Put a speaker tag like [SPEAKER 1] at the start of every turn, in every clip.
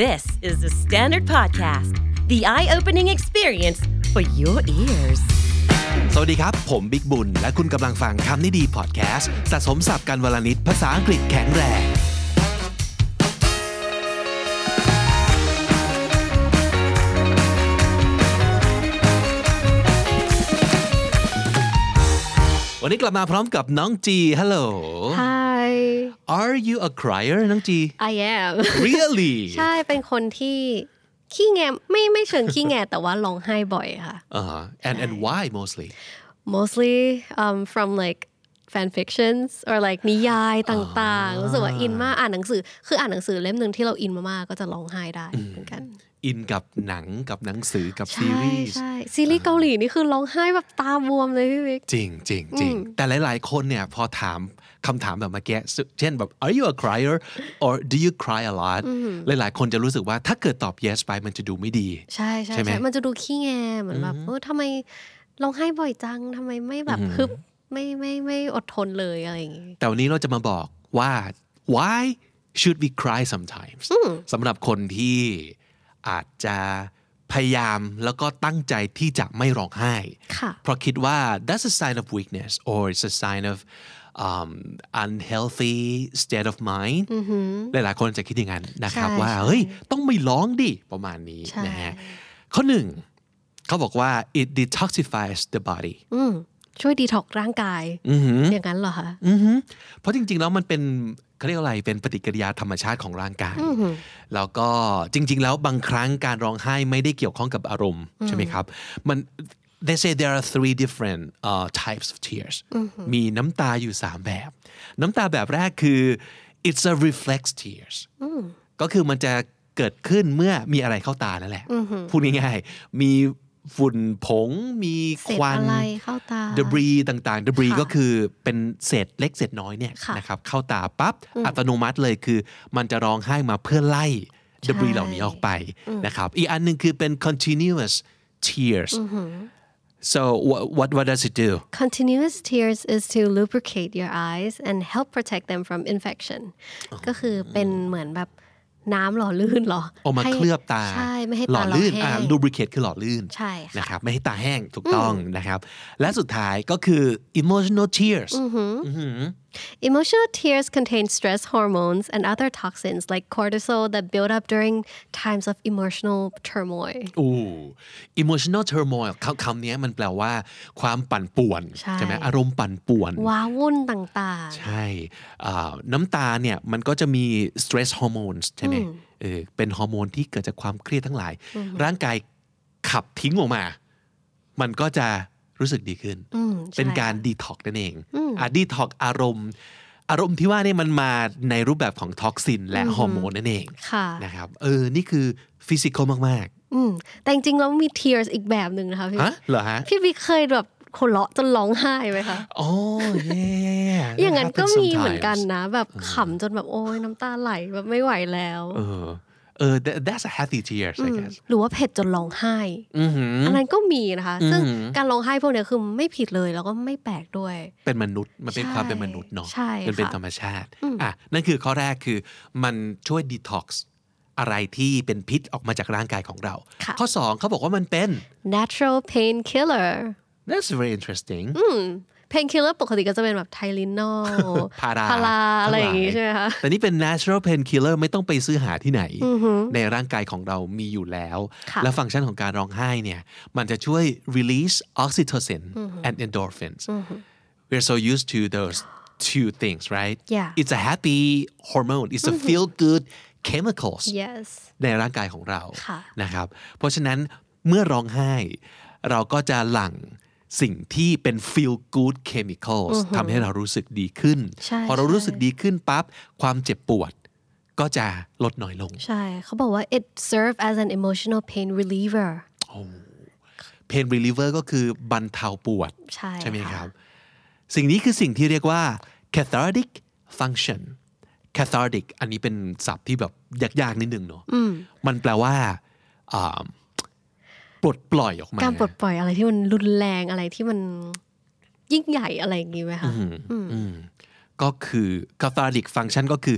[SPEAKER 1] This is the Standard Podcast, the eye opening experience for your ears.
[SPEAKER 2] สวัสดีครับ ผมบิ๊กบุญ และคุณกำลังฟังคำนี้ดีพอดแคสต์สะสมสับการวลนิดภาษาอังกฤษแข็งแรง วันนี้กลับมาพร้อมกับน้องจีฮัลโหล
[SPEAKER 3] Hi
[SPEAKER 2] Are you a crier น้องจี
[SPEAKER 3] I am
[SPEAKER 2] Really
[SPEAKER 3] ใช่เป็นคนที่ขี้แงไม่ไม่เชิงขี้ แงแต่ว่าร้องไห้บ่อยค่ะ
[SPEAKER 2] อ่าฮะ and and why mostly
[SPEAKER 3] mostly um, from like fan fictions or like นิยายต่างๆรู้สึกว่าอินมากอ่านหนังสือ คืออ่านหนังสือเล่มหนึ่งที่เราอินมากๆก็จะร้องไห้ได้เหมือนกัน
[SPEAKER 2] อินกับหนังกับหนังสือกับซี
[SPEAKER 3] ใช่
[SPEAKER 2] รีส์
[SPEAKER 3] ใช่ซีรีส์เกาหลีนี่คือร้องไห้แบบตาบวมเลยพี่วิก
[SPEAKER 2] จริงจริงจริงแต่หลายๆ คนเนี่ยพอถามคำถามแบบเมื่อกี้ซึ่งเช่นแบบ are you a crier or do you cry a lot หลายๆ คนจะรู้สึกว่าถ้าเกิดตอบ yes ไปมันจะดูไม่ดี
[SPEAKER 3] ใช่ใช่
[SPEAKER 2] ใช่ไหม
[SPEAKER 3] ใช่มันจะดูขี้แงเหมือนแบบเออทำไมร้องไห้บ่อยจังทำไมไม่แบบฮึบไม่ไม่ไม่อดทนเลยอะไรอย่างงี้
[SPEAKER 2] แต่วันนี้เราจะมาบอกว่า why should we cry sometimes สำหรับคนที่อาจจะพยายามแล้วก็ตั้งใจที่จะไม่ร้องไห้
[SPEAKER 3] ค่ะ
[SPEAKER 2] เพราะคิดว่า that's a sign of weakness or it's a sign of um, unhealthy state of mind หลายๆ คนจะคิดอย่างนั้นนะครับ
[SPEAKER 3] ใช่
[SPEAKER 2] ว่า
[SPEAKER 3] ใช่
[SPEAKER 2] เฮ้ย ต้องไม่ร้องดิประมาณนี้นะฮะข้อหนึ่ง เขาบอกว่า it detoxifies the body
[SPEAKER 3] อืมช่วยดีท็อกร่างกายอย่างนั้นเหรอคะ
[SPEAKER 2] อือหือเพราะจริงๆ แล้วมันเป็นเขาเรียกอะไรเป็นปฏิกิริยาธรรมชาติของร่างกาย แล้วก็จริง ๆ แล้วบางครั้งการร้องไห้ไม่ได้เกี่ยวข้องกับอารมณ์ใช่ไหมครับมัน they say there are three different uh, types of tears มีน้ำตาอยู่ 3 แบบ น้ำตาแบบแรกคือ it's a reflex tears ก็คือมันจะเกิดขึ้นเมื่อมีอะไรเข้าตานั่นแหละ พูดง่ายๆ มีฝุ่นผง มี
[SPEAKER 3] เศ
[SPEAKER 2] ค
[SPEAKER 3] ษ
[SPEAKER 2] วัน
[SPEAKER 3] อะไรเข้าตา
[SPEAKER 2] ดบรีต่างๆดบรี
[SPEAKER 3] ค่ะ
[SPEAKER 2] ก็คือเป็นเศษเล็กเศษน้อยเนี่ย
[SPEAKER 3] ค่ะ
[SPEAKER 2] นะครับเข้าตาปั๊บอัตโนมัติเลยคือ มันจะร้องไห้มาเพื่อไล่ดบรีเหล่านี้ออกไปนะครับอีกอันหนึ่งคือเป็น continuous tears so what what what does it do
[SPEAKER 3] Continuous tears is to lubricate your eyes and help protect them from infection ก็คือเป็นเหมือนแบบน้ำหล่อลื่นเหรอ
[SPEAKER 2] ออกมา
[SPEAKER 3] ให้
[SPEAKER 2] เคลือบตา
[SPEAKER 3] ใช่ ไม่ให้
[SPEAKER 2] หล่
[SPEAKER 3] ตา
[SPEAKER 2] อ
[SPEAKER 3] เรา
[SPEAKER 2] ลื่น
[SPEAKER 3] แห้
[SPEAKER 2] อ่าง ลูบริเคทคือหล่อลื่น
[SPEAKER 3] ใช่ค่ะ
[SPEAKER 2] นะครับไม่ให้ตาแห้งถูกต้องนะครับและสุดท้ายก็คือ emotional tears
[SPEAKER 3] Emotional tears contain stress hormones and other toxins like cortisol that build up during times of emotional turmoil
[SPEAKER 2] โอ้ emotional turmoil คำคำนี้มันแปลว่าความปั่นป่วน
[SPEAKER 3] ใช่
[SPEAKER 2] ไหมอารมณ์ปั่นป่วน
[SPEAKER 3] ว้าวุ่นต่าง
[SPEAKER 2] ใช่อ่าน้ำตาเนี่ยมันก็จะมี stress hormones ใช่ไหมเออเป็นฮอร์โมนที่เกิดจากความเครียดทั้งหลาย ร่างกายขับทิ้งออกมา มันก็จะรู้สึกดีขึ้น
[SPEAKER 3] อืมใช่
[SPEAKER 2] เป็นการดีท็อกนั่นเองอ่ะดีท็อกอารมณ์ อารมณ์ที่ว่าเนี่ยมันมาในรูปแบบของท็อกซิน และฮอร์โมนนั่นเอง
[SPEAKER 3] ๆ ค่ะ
[SPEAKER 2] นะครับเออนี่คือฟิสิกอลมาก
[SPEAKER 3] อืม แต่จริงๆแล้วมี tears อีกแบบหนึ่งนะคะพี่
[SPEAKER 2] ๆฮะเหรอฮะ
[SPEAKER 3] พี่บิ๊กเคยแบบคนเลาะจนร้องไห้ไหมคะ
[SPEAKER 2] อ๋อ yeah
[SPEAKER 3] อย่างนั้นก็
[SPEAKER 2] That happens
[SPEAKER 3] มีเหมือนกัน
[SPEAKER 2] sometimes
[SPEAKER 3] นะ แบบขำจนแบบโอ้ยน้ำตาไหลแบบไม่ไหวแล้ว
[SPEAKER 2] เออเออ that- that's a healthy tears I guess
[SPEAKER 3] หรือว่าเผ็ดจนร้องไห้
[SPEAKER 2] อือหือ
[SPEAKER 3] อันนั้นก็มีนะคะ ซึ่งการร้องไห้พวกเนี้ยคือไม่ผิดเลยแล้วก็ไม่แปลกด้วย
[SPEAKER 2] เป็นมนุษย์ มันเป็น
[SPEAKER 3] ใช่
[SPEAKER 2] ความเป็นมนุษย์เนาะ
[SPEAKER 3] ใช่
[SPEAKER 2] มันเป็น
[SPEAKER 3] ค่ะ
[SPEAKER 2] ธรรมชาติ อ่ะ นั่นคือข้อแรกคือมันช่วย detox อะไรที่เป็นพิษออกมาจากร่างกายของเรา
[SPEAKER 3] ค่ะ
[SPEAKER 2] ข้อสองเขาบอกว่ามันเป็น
[SPEAKER 3] natural painkiller
[SPEAKER 2] that's very interesting
[SPEAKER 3] painkiller ปกติก็จะเป็นแบบไทลินอล
[SPEAKER 2] พารา
[SPEAKER 3] พาราอะไร
[SPEAKER 2] ทั้หล
[SPEAKER 3] อย่างงี้ใช่ไหมคะ
[SPEAKER 2] แต่นี่เป็น natural pain killer ไม่ต้องไปซื้อหาที่ไหน ในร่างกายของเรามีอยู่แล้ว
[SPEAKER 3] ค่ะ
[SPEAKER 2] และฟังก์ชันของการร้องไห้เนี่ย มันจะช่วย release oxytocin and endorphins we're so used to those two things right
[SPEAKER 3] Yeah.
[SPEAKER 2] it's a happy hormone it's a feel good chemicals
[SPEAKER 3] yes
[SPEAKER 2] ในร่างกายของเรา
[SPEAKER 3] ค่ะ
[SPEAKER 2] นะครับ เพราะฉะนั้นเมื่อร้องไห้ เราก็จะหลั่งสิ่งที่เป็น feel good chemicals ทำให้เรารู้สึกดีขึ้น
[SPEAKER 3] ใช่
[SPEAKER 2] พอเรา
[SPEAKER 3] ใช่
[SPEAKER 2] รู้สึกดีขึ้นปั๊บ ความเจ็บปวด ก็จะลดน้อยลง
[SPEAKER 3] ใช่เขาบอกว่า it serve as an emotional pain reliever
[SPEAKER 2] pain reliever ก็คือบรรเทาปวด
[SPEAKER 3] ใช่
[SPEAKER 2] ใช่ไหม
[SPEAKER 3] ะ
[SPEAKER 2] ครับ สิ่งนี้คือสิ่งที่เรียกว่า cathartic function cathartic อันนี้เป็นศัพท์ที่แบบยากๆ นิดนึงเนอะมันแปลว่าอ่าปลดปล่อยออกมา
[SPEAKER 3] การปลดปล่อยอะไรที่มันรุนแรงอะไรที่มันยิ่งใหญ่อะไรอย่างนี้ไหมคะ
[SPEAKER 2] ก็คือ cathartic function ก็คือ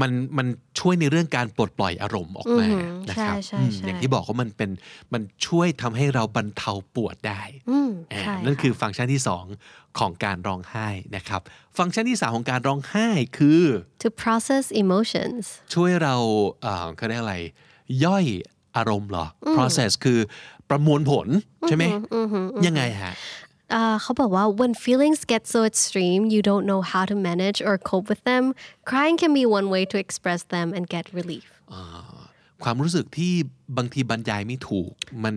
[SPEAKER 2] มันมันช่วยในเรื่องการปลดปล่อยอารมณ์ออกมา
[SPEAKER 3] อือหือ
[SPEAKER 2] นะครับ
[SPEAKER 3] ใช่
[SPEAKER 2] อืม
[SPEAKER 3] ใช่
[SPEAKER 2] อย่างที่บอกว่ามันเป็นมันช่วยทำให้เราบรรเทาปวดได้
[SPEAKER 3] อืม
[SPEAKER 2] อ่า
[SPEAKER 3] ใช่
[SPEAKER 2] นั่นคือ
[SPEAKER 3] ค่ะ
[SPEAKER 2] ฟังก์ชันที่ 2 ของการร้องไห้นะครับ ฟังก์ชันที่ 3 ของการร้องไห้คือ
[SPEAKER 3] คือ to process emotions
[SPEAKER 2] ช่วยเราเอ่อเขาเรียกอะไร ย่อยอารมณ์เหรออ process คือประมวลผลใช่ไหมยังไงฮะ
[SPEAKER 3] อ่าเขาบอกว่า when feelings get so extreme you don't know how to manage or cope with them crying can be one way to express them and get relief
[SPEAKER 2] ความรู้สึกที่บางทีบรรยายไม่ถูก มัน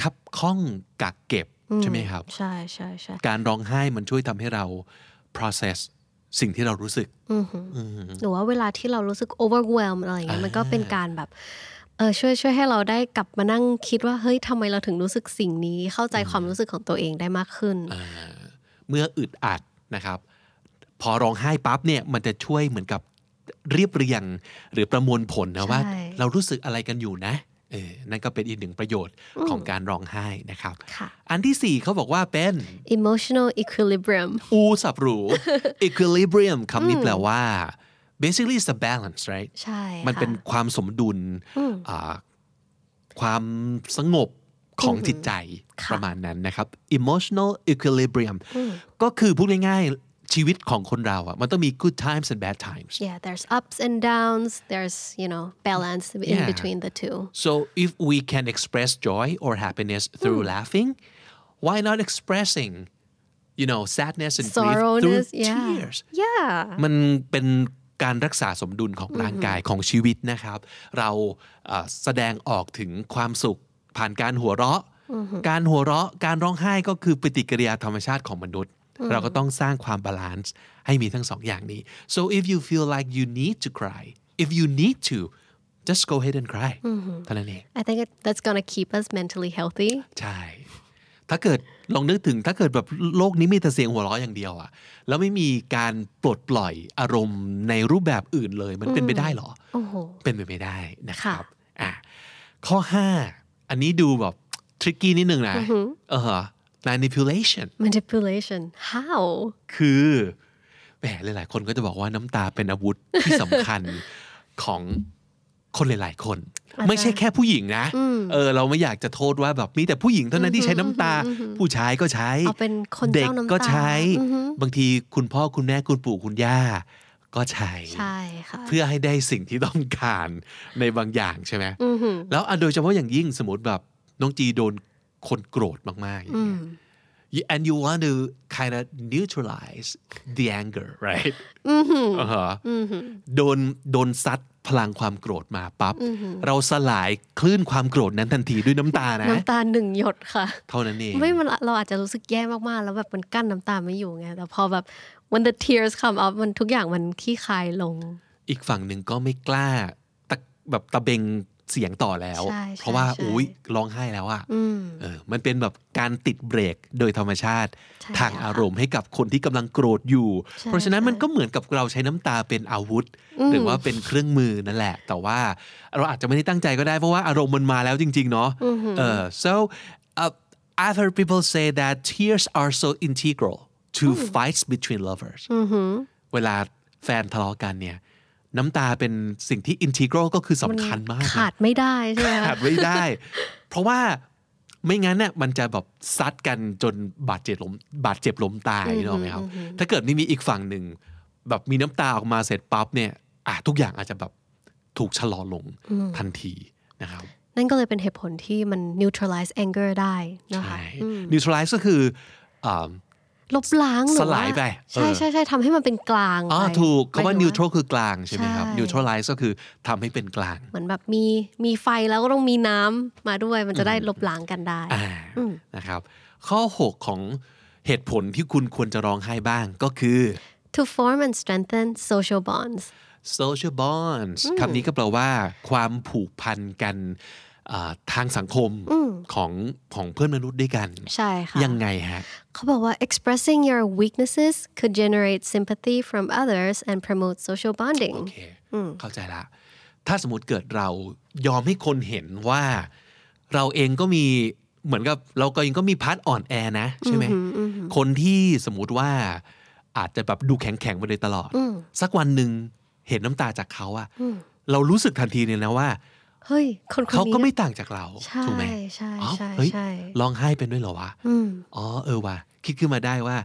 [SPEAKER 2] คับข้องกักเก็บใช่ไหมครับ
[SPEAKER 3] ใช่ใช่ใช่
[SPEAKER 2] การร้องไห้มันช่วยทำให้เรา process สิ่งที่เรารู้สึก
[SPEAKER 3] หรือว่าเวลาที่เรารู้สึก overwhelm อะไรอย่างเงี้ยมันก็เป็นการแบบเออช่วยช่วยให้เราได้กลับมานั่งคิดว่า เฮ้ยทำไมเราถึงรู้สึกสิ่งนี้เข้าใจความรู้สึกของตัวเองได้มากขึ้น
[SPEAKER 2] เมื่ออึดอัดนะครับ พอร้องไห้ปั๊บเนี่ยมันจะช่วยเหมือนกับเรียบเรียงหรือประมวลผลนะว่า
[SPEAKER 3] ใช่
[SPEAKER 2] เรารู้สึกอะไรกันอยู่นะเออนั่นก็เป็นอีกหนึ่งประโยชน์ของการร้องไห้นะครับ
[SPEAKER 3] ค่ะ
[SPEAKER 2] อันที่สี่เขาบอกว่าเป็น
[SPEAKER 3] emotional equilibrium
[SPEAKER 2] อูสับหรู equilibrium คำนี้แปลว่า basically it's a balance right
[SPEAKER 3] ใช่
[SPEAKER 2] มันเป็น
[SPEAKER 3] ค่ะ
[SPEAKER 2] ความสมดุลอ่าความสงบของจิตใจ
[SPEAKER 3] ค่ะ
[SPEAKER 2] ประมาณนั้นนะครับ emotional equilibrium ก็คือพูดง่ายๆ ชีวิตของคนเราอะมันต้องมี good times and bad times
[SPEAKER 3] yeah there's ups and downs there's you know balance in
[SPEAKER 2] Yeah.
[SPEAKER 3] between the two
[SPEAKER 2] so if we can express joy or happiness through laughing why not expressing you know sadness and grief through
[SPEAKER 3] sorrowness yeah
[SPEAKER 2] tears
[SPEAKER 3] yeah
[SPEAKER 2] มันเป็นการรักษาสมดุลของร่างกายของชีวิตนะครับ เราเอ่อแสดงออกถึงความสุขผ่านการหัวเราะ การหัวเราะการร้องไห้ก็คือปฏิกิริยาธรรมชาติของมนุษย์ เราก็ต้องสร้างความบาลานซ์ให้มีทั้งสองอย่างนี้ so if you feel like you need to cry if you need to just go ahead and cry เท่านั้นเอง
[SPEAKER 3] I think it, that's gonna keep us mentally healthy
[SPEAKER 2] ใช่ ถ้าเกิดลองนึกถึงถ้าเกิดแบบโลกนี้มีแต่เสียงหัวเราะอย่างเดียวอะแล้วไม่มีการปลดปล่อยอารมณ์ในรูปแบบอื่นเลย มันเป็นไปได้เหรอ
[SPEAKER 3] โอ้โห
[SPEAKER 2] เป็นไปไม่ได้นะครับ
[SPEAKER 3] ค่ะ
[SPEAKER 2] อ่ะข้อ 5 อันนี้ดูแบบทริกกี้นิดนึงนะเออ manipulation
[SPEAKER 3] manipulation how
[SPEAKER 2] คือแหมหลายๆ คนก็จะบอกว่าน้ำตาเป็นอาวุ ธที่สำคัญ ของคนหลายๆ คน ไม่ใช่แค่ผู้หญิงนะเออเราไม่อยากจะโทษว่าแบบมีแต่ผู้หญิงเท่านั้นที่ใช้น้ำตา ผู้ชายก็ใช้
[SPEAKER 3] เอาเป็นคน
[SPEAKER 2] เด็ก
[SPEAKER 3] เจ้าน้ำตา
[SPEAKER 2] ก็ใช้
[SPEAKER 3] อือฮึ
[SPEAKER 2] บางทีคุณพ่อคุณแม่คุณปู่คุณย่าก็ใช้
[SPEAKER 3] ใช่ค่ะ
[SPEAKER 2] เพื่อให้ได้สิ่งที่ต้อง การในบางอย่างใช่ไหมแล้วอ่ะโดยเฉพาะอย่างยิ่งสมมติแบบน้องจีโดนคนโกรธมากๆอย่างเงี้ย You- and you want to kind of neutralize the anger right อ่าฮะโดนโดนซัดพลังความโกรธมาปั๊บ เราสลายคลื่นความโกรธนั้นทันทีด้วยน้ำตานะ
[SPEAKER 3] น้ำตาหนึ่งหยดค่ะ
[SPEAKER 2] เท่านั้นเอง
[SPEAKER 3] ไม่มันเราอาจจะรู้สึกแย่มาก ๆ แล้วแบบมันกั้นน้ำตาไม่อยู่ไง แต่พอแบบ when the tears come up มันทุกอย่างมันขี้คายลง
[SPEAKER 2] อีกฝั่งหนึ่งก็ไม่กล้าตะแบบตะเบงเสียงต่อแล้ว
[SPEAKER 3] ใช่ใช่
[SPEAKER 2] เพราะว่า
[SPEAKER 3] ใช่
[SPEAKER 2] อุ้ยร้องไห้แล้วอะเออมันเป็นแบบการติดเบรกโดยธรรมชาติ ทางอารมณ์ให้กับคนที่กำลังโกรธอยู่ เพราะฉะนั้นมันก็เหมือนกับเราใช้น้ำตาเป็นอาวุธ หรือว่าเป็นเครื่องมือนั่นแหละ แต่ว่าเราอาจจะไม่ได้ตั้งใจก็ได้เพราะว่าอารมณ์มันมาแล้วจริง ๆ เนาะเออ so uh, I've heard people say that tears are so integral to fights between lovers เวลาแฟนทะเลาะกันเนี่ย น้ำตาเป็นสิ่งที่อินทิกรก็คือสำคัญมากนะ
[SPEAKER 3] ขาดไม่ได้ใช่ไหม
[SPEAKER 2] ขา
[SPEAKER 3] คะ
[SPEAKER 2] ดไม่ได้ เพราะว่าไม่งั้นเนี่ยมันจะแบบซัดกันจนบาดเจ็บล้มบาดเจ็บล้มตายนึกออกไหมครับ ถ้าเกิดไม่มีอีกฝั่งหนึ่ง แบบมีน้ำตาออกมาเสร็จปั๊บเนี่ยอ่ะทุกอย่างอาจจะแบบถูกชะลอลงทันทีนะครับ
[SPEAKER 3] นั่นก็เลยเป็นเหตุผลที่มัน neutralize anger ได้นะคะ
[SPEAKER 2] ใช่ neutralize ก็คืออ่า
[SPEAKER 3] ลบล้างหรือ
[SPEAKER 2] สลายไป
[SPEAKER 3] ว่ใช่
[SPEAKER 2] เออ
[SPEAKER 3] ใช่ใช่ทำให้มันเป็นกลาง
[SPEAKER 2] อ๋อ
[SPEAKER 3] ไป
[SPEAKER 2] ถูก
[SPEAKER 3] หม
[SPEAKER 2] คำว่า
[SPEAKER 3] ยถึง
[SPEAKER 2] neutral คือกลางใช่ไหมครับ
[SPEAKER 3] ใช่
[SPEAKER 2] neutralize ก็คือทำให้เป็นกลาง
[SPEAKER 3] เหมือนแบบมีมีไฟแล้วก็ต้องมีน้ำมาด้วยมันจะได้ลบล้างกันได้
[SPEAKER 2] อ่านะครับ ข้อ 6 ของเหตุผลที่คุณควรจะร้องไห้บ้างก็คือ
[SPEAKER 3] to form and strengthen social bonds
[SPEAKER 2] social bonds คำนี้ก็แปลว่าความผูกพันกันอ่าทางสังคมของของเพื่อนมนุษย์ด้วยกัน
[SPEAKER 3] ใช่ค่ะ
[SPEAKER 2] ยังไงฮะ
[SPEAKER 3] เขาบอกว่า expressing your weaknesses could generate sympathy from others and promote social bonding
[SPEAKER 2] โอเค เข้าใจละ ถ้าสมมติเกิดเรายอมให้คนเห็นว่า เราเองก็มีเหมือนกับเราก็เองก็มีพาร์ทอ่อนแอนะ ใช่ไหม คนที่สมมติว่า อาจจะแบบดูแข็งแข็งๆมาโดยตลอด
[SPEAKER 3] อืม
[SPEAKER 2] สักวันหนึ่งเห็นน้ำตาจากเขาอะ
[SPEAKER 3] อืม
[SPEAKER 2] เรารู้สึกทันทีเลยนะว่า
[SPEAKER 3] เฮ้ย คนคนนี้
[SPEAKER 2] เขาก็ไม่ต่างจากเรา
[SPEAKER 3] ใช่
[SPEAKER 2] ถูกไหม
[SPEAKER 3] ใช่
[SPEAKER 2] อ้าว
[SPEAKER 3] ใช่
[SPEAKER 2] เฮ้ย
[SPEAKER 3] ใช่
[SPEAKER 2] ร้องไห้เป็นด้วยเหรอวะ
[SPEAKER 3] อืม
[SPEAKER 2] อ๋อเออว่ะคิดขึ้นมาได้ว่า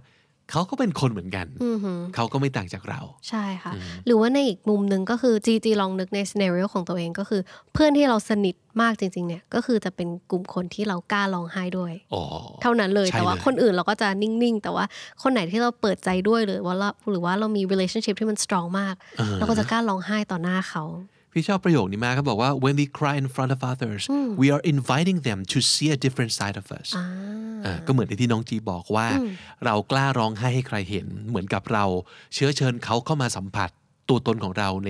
[SPEAKER 2] เขาก็เป็นคนเหมือนกัน
[SPEAKER 3] อืมหือ
[SPEAKER 2] เขาก็ไม่ต่างจากเรา
[SPEAKER 3] ใช่ค่ะ
[SPEAKER 2] อืม
[SPEAKER 3] หรือว่าในอีกมุมหนึ่งก็คือจีจีลองนึกในซีเนเรียของตัวเองก็คือ เพื่อนที่เราสนิทมากจริง ๆ เนี่ย ก็คือจะเป็นกลุ่มคนที่เรากล้าร้องไห้ด้วย
[SPEAKER 2] อ๋อ
[SPEAKER 3] เท่านั้นเลย
[SPEAKER 2] ใช่
[SPEAKER 3] แต่ว่า
[SPEAKER 2] เลย
[SPEAKER 3] คนอื่นเราก็จะนิ่ง ๆ แต่ว่าคนไหนที่เราเปิดใจด้วยหรือว่าเราหรือว่าเรามี relationship ที่มัน strong มาก
[SPEAKER 2] เออ
[SPEAKER 3] เราก็จะกล้าร้องไห้ต่อหน้าเขา
[SPEAKER 2] พี่ชอบประโยคนี้มากเขาบอกว่า when we cry in front of others we are inviting them to see a different side of us
[SPEAKER 3] อ่า
[SPEAKER 2] อ่าก็เหมือนที่น้องจีบอกว่า เรากล้าร้องไห้ให้ใครเห็น เหมือนกับเราเชื้อเชิญเขาเข้ามาสัมผัสตัวตนของเราใน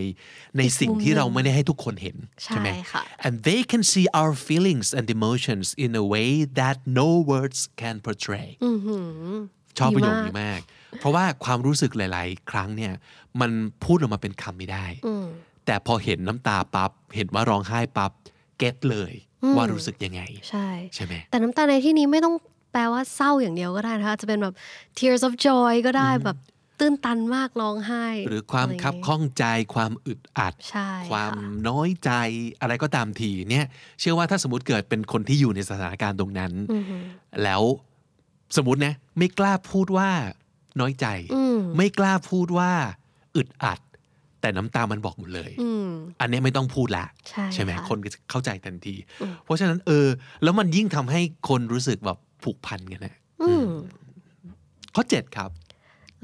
[SPEAKER 2] ในสิ่งที่เราไม่ได้ให้ทุกคนเห็น
[SPEAKER 3] ใช่
[SPEAKER 2] ไหม
[SPEAKER 3] ค่ะ
[SPEAKER 2] and they can see our feelings and emotions in a way that no words can portray
[SPEAKER 3] อื้อหือ
[SPEAKER 2] ชอบประโยค
[SPEAKER 3] ดี
[SPEAKER 2] นี้
[SPEAKER 3] มาก
[SPEAKER 2] มาก เพราะว่าความรู้สึกหลาย ๆ ครั้งเนี่ย มันพูดออกมาเป็นคำไม่ได้
[SPEAKER 3] อืม
[SPEAKER 2] แต่พอเห็นน้ำตาปั๊บ เห็นว่าร้องไห้ปั๊บ เก็ตเลย
[SPEAKER 3] อืม
[SPEAKER 2] ว่ารู้สึกยังไง
[SPEAKER 3] ใช่
[SPEAKER 2] ใช่ไหม
[SPEAKER 3] แต่น้ำตาในที่นี้ไม่ต้องแปลว่าเศร้าอย่างเดียวก็ได้นะคะอาจจะเป็นแบบ tears of joy ก็ได้แบบตื้นตันมากร้องไห้
[SPEAKER 2] หรือความ
[SPEAKER 3] ะไย่ง
[SPEAKER 2] คับ
[SPEAKER 3] เงี้ย
[SPEAKER 2] ข้องใจความอึดอัด
[SPEAKER 3] ใช่
[SPEAKER 2] ความ
[SPEAKER 3] ะ
[SPEAKER 2] น้อยใจอะไรก็ตามทีเนี่ย เชื่อว่าถ้าสมมติเกิดเป็นคนที่อยู่ในสถานการณ์ตรงนั้น
[SPEAKER 3] อือหือ
[SPEAKER 2] แล้วสมมตินะไม่กล้าพูดว่าน้อยใจ
[SPEAKER 3] อืม
[SPEAKER 2] ไม่กล้าพูดว่าอึดอัด แต่น้ำตามันบอกหมดเลย
[SPEAKER 3] อืม
[SPEAKER 2] อันเนี้ยไม่ต้องพูดละ
[SPEAKER 3] ใช่
[SPEAKER 2] ไหม
[SPEAKER 3] ค่ะ
[SPEAKER 2] คนก็จะเข้าใจทันที เพราะฉะนั้นเออ แล้วมันยิ่งทำให้คนรู้สึกแบบผูกพันกันนะ
[SPEAKER 3] อืม
[SPEAKER 2] ข้อ 7 ครับ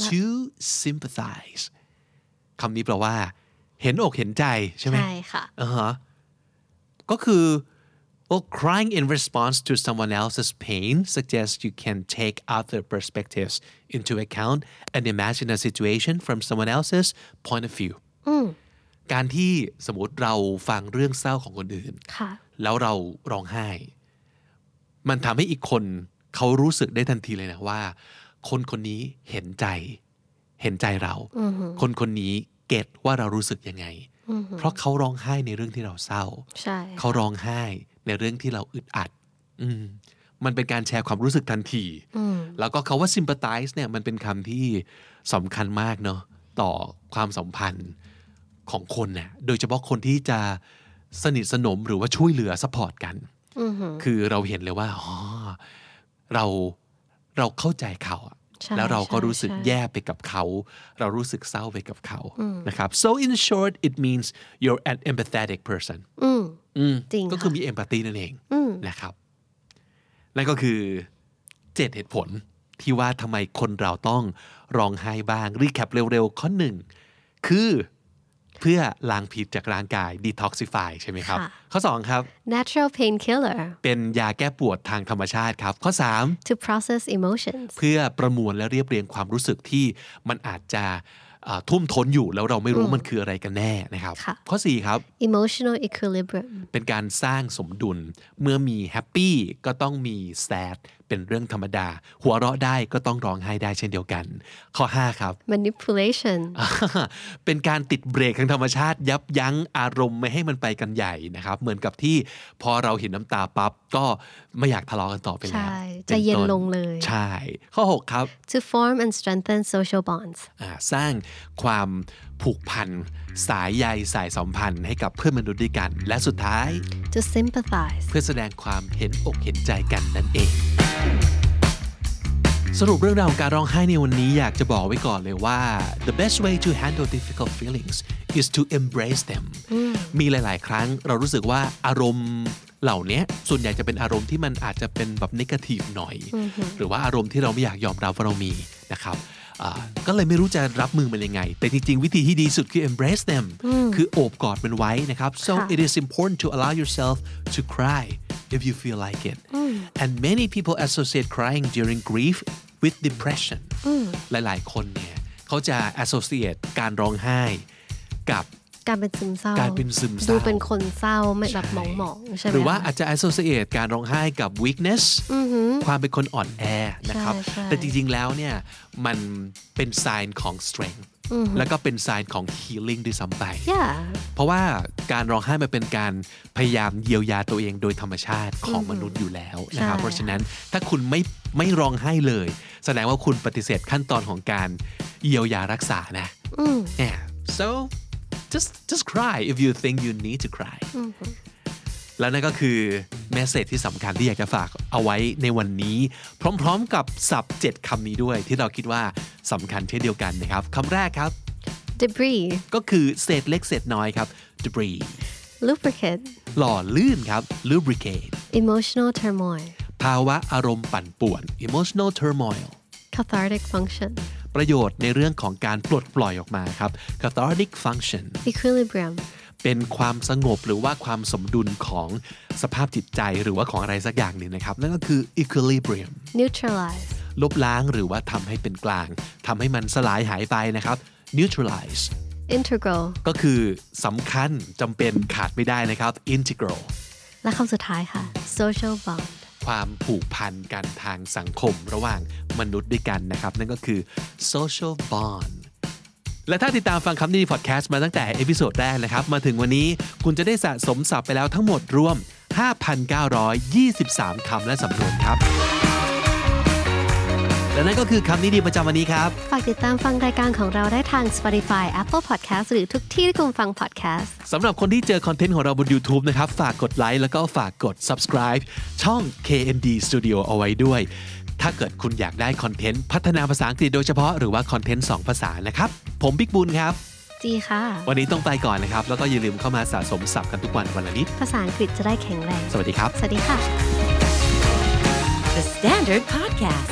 [SPEAKER 2] to sympathize คำนี้แปลว่า เห็นอกเห็นใจใช่ไหม
[SPEAKER 3] ใช่ค่ะ
[SPEAKER 2] อ่าฮะก็คือ well, crying in response to someone else's pain suggests you can take other perspectives into account and imagine a situation from someone else's point of view
[SPEAKER 3] อืม
[SPEAKER 2] การที่สมมติเราฟังเรื่องเศร้าของคนอื่น
[SPEAKER 3] ค่ะ
[SPEAKER 2] แล้วเราร้องไห้ มันทำให้อีกคนเขารู้สึกได้ทันทีเลยนะว่า คนคนนี้เห็นใจ เห็นใจเรา
[SPEAKER 3] อือหือ
[SPEAKER 2] คนคนนี้เก็ตว่าเรารู้สึกยังไง
[SPEAKER 3] อือหือ
[SPEAKER 2] เพราะเขาร้องไห้ในเรื่องที่เราเศร้า
[SPEAKER 3] ใช่
[SPEAKER 2] เขาร้องไห้ในเรื่องที่เราอึดอัด อืมมันเป็นการแชร์ความรู้สึกทันที
[SPEAKER 3] อืม
[SPEAKER 2] แล้วก็คาว่า sympathize เนี่ยมันเป็นคำที่สำคัญมากเนาะต่อความสัมพันธ์ของคนน่ะโดยเฉพาะคนที่จะสนิทสนมหรือว่าช่วยเหลือ support กัน
[SPEAKER 3] อือหือ
[SPEAKER 2] คือเราเห็นเลยว่าอ๋อเราเราเข้าใจเขาอะ
[SPEAKER 3] ใช่
[SPEAKER 2] แล้วเราก็รู้สึก
[SPEAKER 3] ใช่
[SPEAKER 2] แย่ไปกับเขา เรารู้สึกเศร้าไปกับเขานะครับ so in short it means you're an empathetic person
[SPEAKER 3] อืม
[SPEAKER 2] อืม
[SPEAKER 3] จริง
[SPEAKER 2] ก็คือ
[SPEAKER 3] ค่ะ
[SPEAKER 2] มี empathy นั่นเอง
[SPEAKER 3] อืม
[SPEAKER 2] นะครับ นั่นก็คือ 7 เหตุผลที่ว่าทำไมคนเราต้องร้องไห้บ้าง รีแคปเร็วๆ ข้อหนึ่ง คือเพื่อล้างพิษจากร่างกาย detoxify ใช่ไหมครับ
[SPEAKER 3] ค่ะ
[SPEAKER 2] ข้อ 2 ครับ
[SPEAKER 3] natural painkiller
[SPEAKER 2] เป็นยาแก้ปวดทางธรรมชาติครับ ข้อ 3
[SPEAKER 3] to process emotions
[SPEAKER 2] เพื่อประมวลและเรียบเรียงความรู้สึกที่มันอาจจะเอ่อทุ่วมท้นอยู่แล้วเราไม่รู้มันคืออะไรกันแน่นะครับ
[SPEAKER 3] ค่ะ
[SPEAKER 2] ข้อ 4 ครับ
[SPEAKER 3] emotional equilibrium
[SPEAKER 2] เป็นการสร้างสมดุลเมื่อมีแฮปปี้ก็ต้องมีแซดเป็นเรื่องธรรมดา หัวเราะได้ก็ต้องร้องไห้ได้เช่นเดียวกัน ข้อ 5 ครับ
[SPEAKER 3] manipulation
[SPEAKER 2] เป็นการติดเบรกทางธรรมชาติ ยับยั้งอารมณ์ไม่ให้มันไปกันใหญ่นะครับ เหมือนกับที่พอเราเห็นน้ำตาปั๊บ ก็ไม่อยากทะเลาะกันต่อไปแล้ว
[SPEAKER 3] ใช่ใจเย็น
[SPEAKER 2] ป็ต้
[SPEAKER 3] ลงเลย
[SPEAKER 2] ใช่ ข้อ 6 ครับ
[SPEAKER 3] to form and strengthen social bonds
[SPEAKER 2] อ่าสร้างความผูกพันสายใยสายสัมพันธ์ให้กับเพื่อนมนุษย์ด้วยกัน และสุดท้าย
[SPEAKER 3] to sympathize
[SPEAKER 2] เพื่อแสดงความเห็นอกเห็นใจกันนั่นเอง สรุปเรื่องราวของการร้องไห้ในวันนี้อยากจะบอกไว้ก่อนเลยว่า the best way to handle difficult feelings is to embrace them มีหลาย ๆ ครั้งเรารู้สึกว่าอารมณ์เหล่านี้ส่วนใหญ่จะเป็นอารมณ์ที่มันอาจจะเป็นแบบนิเกทีฟหน่อย หรือว่าอารมณ์ที่เราไม่อยากยอมรับว่าเรามีนะครับอ่าก็เลยไม่รู้จะรับมือมันยังไง แต่จริง ๆ วิธีที่ดีสุดคือ embrace them คือโอบกอดมันไว้นะครับ so
[SPEAKER 3] ค่ะ
[SPEAKER 2] it is important to allow yourself to cry if you feel like it. And many people associate crying during grief with depression. หลายๆ คนเนี่ยเขาจะ associate การร้องไห้กับ
[SPEAKER 3] การเป็นซึมเศร้า
[SPEAKER 2] การเป็นซึมเศร้า
[SPEAKER 3] ดูเป็นคนเศร้าไม่แบบหมองหมองๆใช่ไหม
[SPEAKER 2] หรือว่า
[SPEAKER 3] คะ
[SPEAKER 2] อาจจะ associate การร้องไห้กับ weakness ความเป็นคนอ่อนแอนะครับ
[SPEAKER 3] ใช่ใช่
[SPEAKER 2] แต่จริง ๆ แล้วเนี่ย มันเป็น sign ของ strength แล้วก็เป็น sign ของ healing ด้วยซ้ำไป
[SPEAKER 3] yeah
[SPEAKER 2] เพราะว่าการร้องไห้มันเป็นการพยายามเยียวยาตัวเองโดยธรรมชาติของมนุษย์อยู่แล้วนะครับ
[SPEAKER 3] ใช่
[SPEAKER 2] เพราะฉะนั้นถ้าคุณไม่ไม่ร้องไห้เลย แสดงว่าคุณปฏิเสธขั้นตอนของการเยียวยารักษานะ
[SPEAKER 3] อืม
[SPEAKER 2] yeah so just just cry if you think you need to cry แล้วนั่นก็คือเมสเซจที่สำคัญที่อยากจะฝากเอาไว้ในวันนี้ พร้อมๆกับศัพท์ 7คำนี้ด้วยที่เราคิดว่าสำคัญเช่นเดียวกันนะครับคำแรกครับ
[SPEAKER 3] debris
[SPEAKER 2] ก็คือเศษเล็กเศษน้อยครับ debris
[SPEAKER 3] lubricant
[SPEAKER 2] หล่อลื่นครับ lubricate
[SPEAKER 3] emotional turmoil
[SPEAKER 2] ภาวะอารมณ์ปั่นป่วน emotional turmoil
[SPEAKER 3] cathartic function
[SPEAKER 2] ประโยชน์ในเรื่องของการปลดปล่อยออกมาครับ cathartic function
[SPEAKER 3] equilibrium
[SPEAKER 2] เป็นความสงบหรือว่าความสมดุลของสภาพจิตใจหรือว่าของอะไรสักอย่างหนึ่งนะครับ นั่นก็คือ equilibrium
[SPEAKER 3] neutralize
[SPEAKER 2] ลบล้างหรือว่าทำให้เป็นกลางทำให้มันสลายหายไปนะครับ neutralize
[SPEAKER 3] integral
[SPEAKER 2] ก็คือสำคัญจำเป็นขาดไม่ได้นะครับ integral
[SPEAKER 3] และคำสุดท้ายค่ะ social bond
[SPEAKER 2] ความผูกพันกันทางสังคมระหว่างมนุษย์ด้วยกันนะครับ นั่นก็คือ social bond และถ้าติดตามฟังคำนี้ดีพอดแคสต์มาตั้งแต่เอพิโซดแรกนะครับ มาถึงวันนี้คุณจะได้สะสมศัพท์ไปแล้วทั้งหมดรวม 5,923 คำและสำนวนครับ และนั่นก็คือคำนี้ดีประจำวันนี้ครับ
[SPEAKER 3] ฝากติดตามฟังรายการของเราได้ทาง Spotify Apple Podcast หรือทุกที่ที่คุณฟัง podcast
[SPEAKER 2] สำหรับคนที่เจอคอนเทนต์ของเราบน YouTube นะครับ ฝากกดไลค์แล้วก็ฝากกด subscribe ช่อง KND Studio เอาไว้ด้วย ถ้าเกิดคุณอยากได้คอนเทนต์พัฒนาภาษาอังกฤษโดยเฉพาะหรือว่าคอนเทนต์ 2 ภาษานะครับ ผมบิ๊กบุญครับ
[SPEAKER 3] จีค่ะ
[SPEAKER 2] วันนี้ต้องไปก่อนนะครับ แล้วก็อย่าลืมเข้ามาสะสมศัพท์กันทุกวันวันละนิด
[SPEAKER 3] ภาษาอังกฤษจะได้แข็งแรง
[SPEAKER 2] สวัสดีครับ
[SPEAKER 3] สวัสดีค่ะ
[SPEAKER 1] The Standard Podcast,